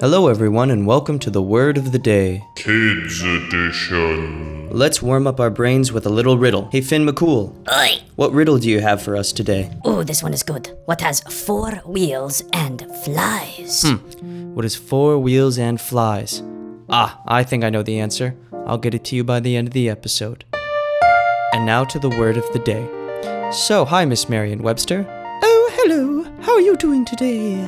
Hello, everyone, and welcome to the Word of the Day. Kids Edition. Let's warm up our brains with a little riddle. Hey, Finn McCool, Oi! what riddle do you have for us today? Oh, this one is good. What has four wheels and flies? What is four wheels and flies? Ah, I think I know the answer. I'll get it to you by the end of the episode. And now to the word of the day. So, hi, Miss Marion Webster. Oh, hello. How are you doing today?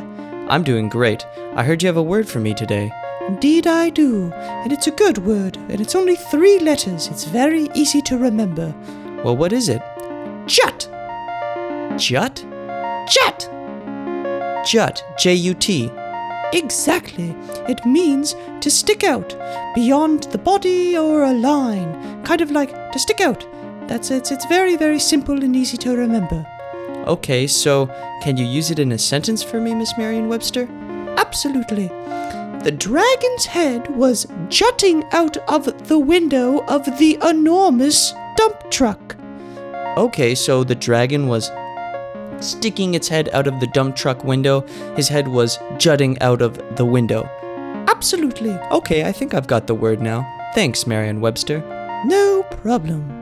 I'm doing great. I heard you have a word for me today. Indeed, I do. And it's a good word, and it's only three letters. It's very easy to remember. Well, what is it? Jut! Jut? Jut! Jut. J U T. Exactly. It means to stick out beyond the body or a line. Kind of like to stick out. That's it. It's very, very simple and easy to remember. Okay, so can you use it in a sentence for me, Miss Marion Webster? Absolutely. The dragon's head was jutting out of the window of the enormous dump truck. Okay, so the dragon was sticking its head out of the dump truck window. His head was jutting out of the window. Absolutely. Okay, I think I've got the word now. Thanks, Marion Webster. No problem.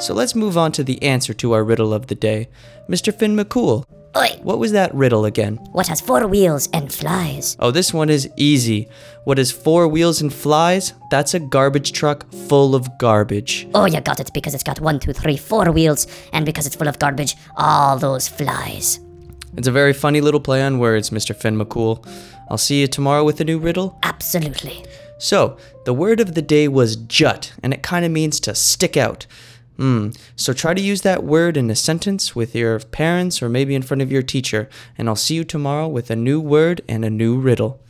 So let's move on to the answer to our riddle of the day. Mr. Finn McCool, Oi! what was that riddle again? What has four wheels and flies? Oh, this one is easy. What is four wheels and flies? That's a garbage truck full of garbage. Oh, you got it because it's got one, two, three, four wheels, and because it's full of garbage, all those flies. It's a very funny little play on words, Mr. Finn McCool. I'll see you tomorrow with a new riddle. Absolutely. So, the word of the day was jut, and it kind of means to stick out. Hmm, so try to use that word in a sentence with your parents or maybe in front of your teacher, and I'll see you tomorrow with a new word and a new riddle.